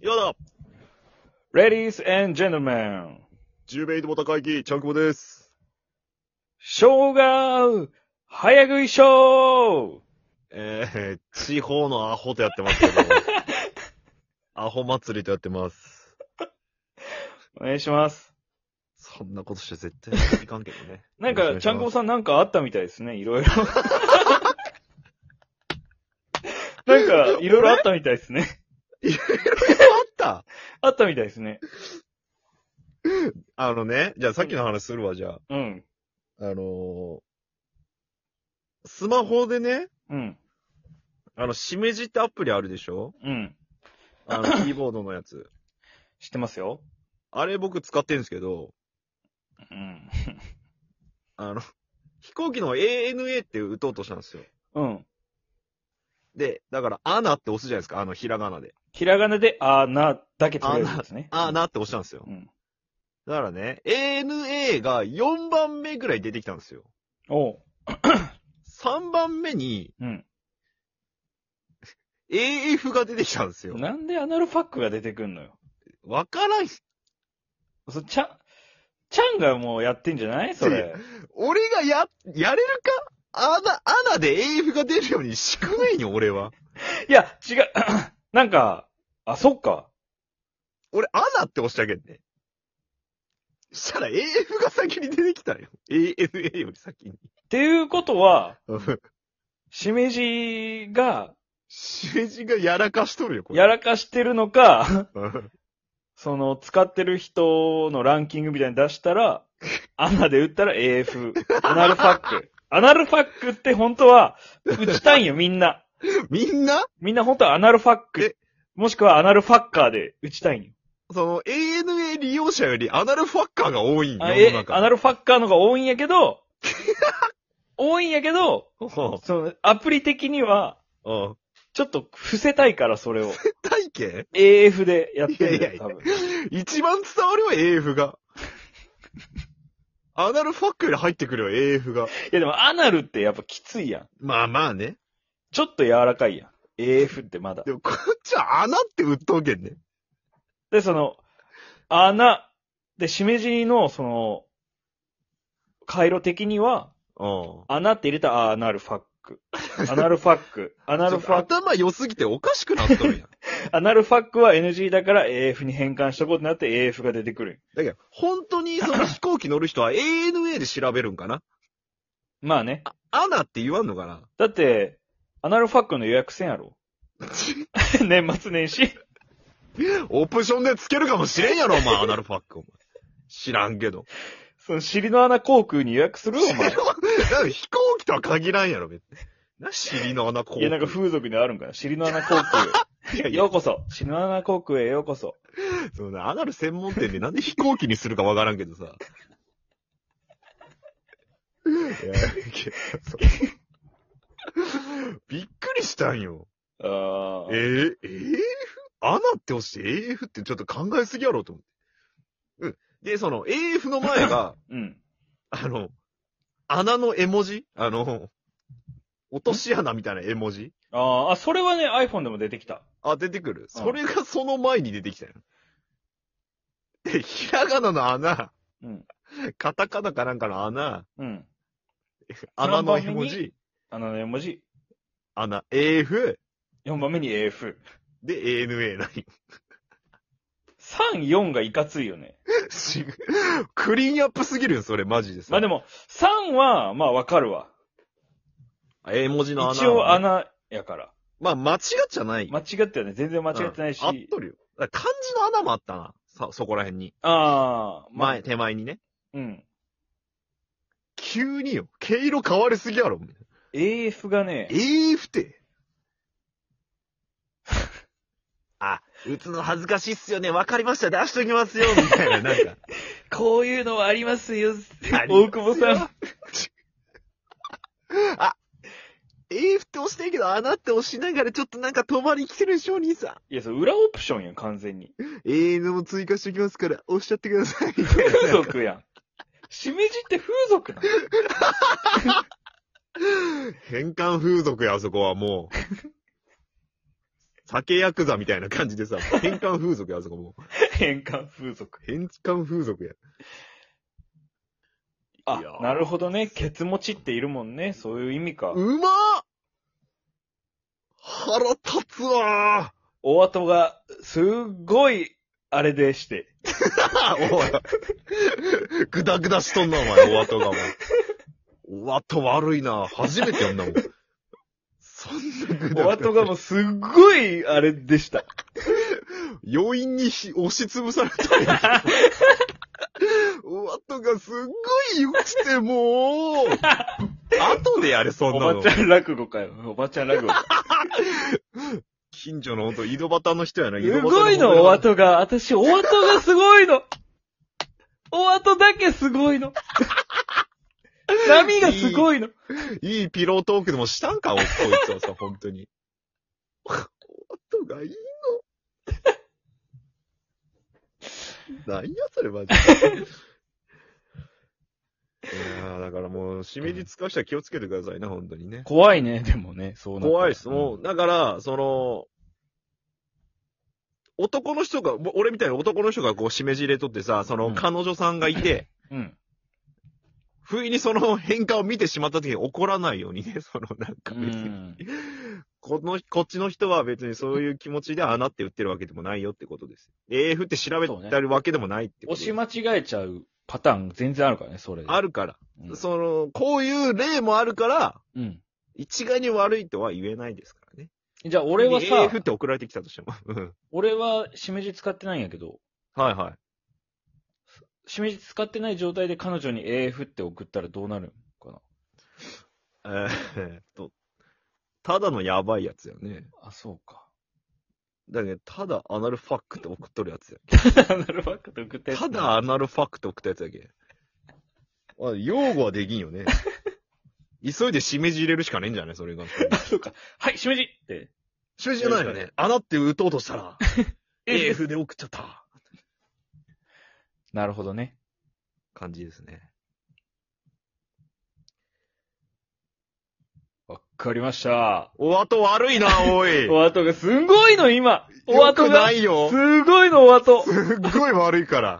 よだ Ladies and gentlemen, 10名イドボタ会議、ちゃんくぼです。生姜、早食いショーえー、地方のアホとやってますけど。 アホ祭りとやってます。お願いします。。そんなことして絶対いかんけどねなんか、ちゃんこぼさんなんかあったみたいですね、いろい ろ。なんか、いろいろあったみたいですね。ん。あったあったみたいですね。あのね、じゃあさっきの話するわ、じゃあ。うん。あのー、スマホでね、うん。あの、しめじってアプリあるでしょうん。あ の、キーボードのやつ。知ってますよ。あれ僕使ってるんですけど、うん。あの、飛行機の ANA って打とうとしたんですよ。うん。で、だから、アナって押すじゃないですか、あの、ひらがなで。ひらがなで、あーな、だけ取れるんですね。アナって押したんですよう。ん。だからね、ANA が4番目ぐらい出てきたんですよ。おう。 3番目にうん。 AF が出てきたんですよ。なんでアナルファックが出てくんのよ。わからんし、そ、ちゃん、ちゃんがもうやってんじゃないそれ。俺がや、やれるかアナ、アナで AF が出るように仕組めんよ、俺は。いや、違う。 なんか、あ、そっか。俺、アナって押してあげんね。したら AF が先に出てきたよ。ANA より先 に。っていうことは、しめじがシメジがやらかしとるよ、これ。やらかしてるのか、 うんその、使ってる人のランキングみたいに出したら、アナで打ったら AF。アナルファッ ク。アナルファックって本当は、打ちたいんよ、みんな。 みんなみんな本当はアナルファックえ。もしくはアナルファッカーで打ちたいんよ。その ANA 利用者よりアナルファッカーが多いんよ、あ世えの、中。アナルファッカーの方が多いんや けど、多いんやけど、うんその、アプリ的には、うん。ちょっと伏せたいから、そ れを。体型 AF でやってるんだよ、い多やいやいや分。一番伝わるは AF が。アナルファックより入ってくるよ、AF が。いやでも、アナルってやっぱきついやん。まあまあね。ちょっと柔らかいやん。AF ってまだ。でもこっちは穴って打っとうけんね。で、その、穴、で、しめじの、その、回路的には、うん。穴って入れたら、アナルファック。アナルファッ ク。アナルフちょっァック。と頭良すぎておかしくなっとるやん。アナルファックは NG だから AF に変換しとこうってなって AF が出てくる。だけど、本当にその飛行機乗る人は ANA で調べるんかなまあね。アナって言わんのかなだって、アナルファックの予約せん やろ。年末年始。オプションでつけるかもしれんやろ、お前、アナルファック、お前。知らんけど。その尻の穴航空に予約する お前。なんか飛行機とは限らんやろ、別に。な、尻の穴こう。いや、なんか風俗にあるんかな。尻の穴航空。い やいやようこそ。尻の穴航空へようこそ。そのアナル専門店でなんで飛行機にするかわからんけど さ。いやいやそうびっくりしたんよ。あえーー、AF? アナって押して AF ってちょっと考えすぎやろと思って。うん。で、その AF の前 が、うん。あの、穴の絵文字あの、落とし穴みたいな絵文字あーあ、それはね、iPhone でも出てきた。あ、出てくる。それがその前に出てきたよ。 で、ひらがなの穴、うん。カタカナかなんかの穴、うん。穴の絵文字、あのね、文字。穴、AF、 4番目に AF。で ANA ライン。 3、4がいかついよね。し クリーンアップすぎるよ、それ、マジでさ。まあでも、も、3は、まあわかるわ。絵文字の穴、一応。穴やから。まあ、間違っちゃない。間違ってはね、全然間違ってないし。うんあっとるよ。だから漢字の穴もあったな。さ、そこら辺に。ああ、まあ前、手前にね。うん。急によ。毛色変わりすぎやろ。 AF がね、 AF って。あ、打つの恥ずかしいっすよね。わかりました。出しときますよ。みたい な、なんか。こういうのはありますよ。ありますよ大久保 さん。 AF って押してるけど、穴って押しながらちょっとなんか止まりきてるでしょ、兄さいや、そう、裏オプションやん、完全に。ん。AN も追加しておきますから、押しちゃってください。風俗やん。しめじって風俗なの変換風俗や、あそこはもう。酒ヤクザみたいな感じでさ、変換風俗や、あそこもう。変換風俗。変換風俗や。あいや、ーなるほどね。ケツ持ちっているもんね。そういう意味か。うまっ腹立つわ大後が、すっごい、あれでして。 ーおい。ぐだぐだしとんな、お前、お後が、お前。お後悪いな。初めてやんなもん。そんなぐだぐだ。お後がもうすっごい、あれ でした。余韻にひ押しつぶされたよ。お後がすっごい良くて、 もう。後でやれ、そんおなばのち。ゃん落語かよ。おばちゃん落語。近所のほんと、井戸端の人やな、井戸す端ごいの、お後が。私、お後がすごいの。お後だけすご いの。波がすごいの。いいピロートークでもしたんか、おこいつはさ、本当に。お後がいいの。なんや、それ、マジで。いやーだからもう、しみり使う人は気をつけてくださいね、本当にね。怖いね、でもね、そうなったら怖いです。もう、だから、その、男の人が、ぼ俺みたいな男の人がこう、しめじれとってさ、その、うん彼女さんがいて、うん。不意にその変化を見てしまった時に怒らないようにね、その、なんかう別に、ん。 この、こっちの人は別にそういう気持ちで穴って売ってるわけでもないよってことです。AF って調べてるわけでもないってこと押ですし間違えちゃうパターン全然あるからね、それで。あるから、うんその、こういう例もあるから、うん。一概に悪いとは言えないですからね。じゃあ俺はさ、 AF って送られてきたとしても。うん俺はしめじ使ってないんやけど、はいはい。しめじ使ってない状態で彼女に AF って送ったらどうなるのかえーっと、ただのやばいやつやね。なあ、そうか。だけど、ただアナルファックって送っとるやつや。ア ナルファックって送ったやつただアナルファックって送ったやつやけ。あ用語はできんよね。 急いでしめじ入れる しかねえんじゃないそれが。そうか。はい、しめじって。しめじじゃないよね。穴って打とうとしたら、AF で送っちゃった。なるほどね。感じですね。わかりました。お後悪いな、 おい。お後がすごいの、今お良後くがないよ。すごいの、お後すっごい悪いから。